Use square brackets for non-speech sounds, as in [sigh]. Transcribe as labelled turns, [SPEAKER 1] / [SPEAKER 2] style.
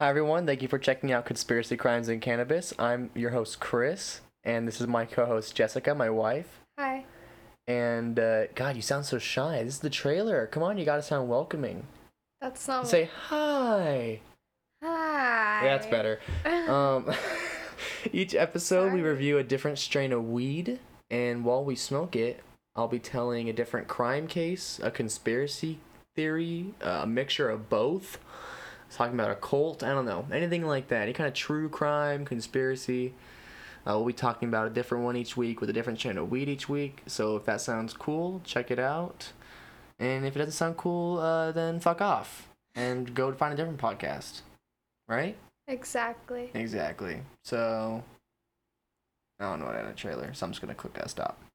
[SPEAKER 1] Hi, everyone. Thank you for checking out Conspiracy Crimes in Cannabis. I'm your host, Chris, and this is my co host, Jessica, my wife.
[SPEAKER 2] Hi.
[SPEAKER 1] And uh, God, you sound so shy. This is the trailer. Come on, you gotta sound welcoming.
[SPEAKER 2] That's not
[SPEAKER 1] Say hi.
[SPEAKER 2] hi.
[SPEAKER 1] That's
[SPEAKER 2] [laughs]
[SPEAKER 1] better. Um, [laughs] each episode, we
[SPEAKER 2] Sorry.
[SPEAKER 1] review a different strain of weed, and while we smoke it, I'll be telling a different crime case, a conspiracy theory, uh, a mixture of both. I was talking about a cult, I don't know, anything like that. Any kind of true crime, conspiracy. Uh, we'll be talking about a different one each week with a different strain of weed each week. So if that sounds cool, check it out. And if it doesn't sound cool, uh, then fuck off and go find a different podcast. Right?
[SPEAKER 2] Exactly.
[SPEAKER 1] Exactly. So I don't know what I had a trailer, so I'm just gonna click that stop.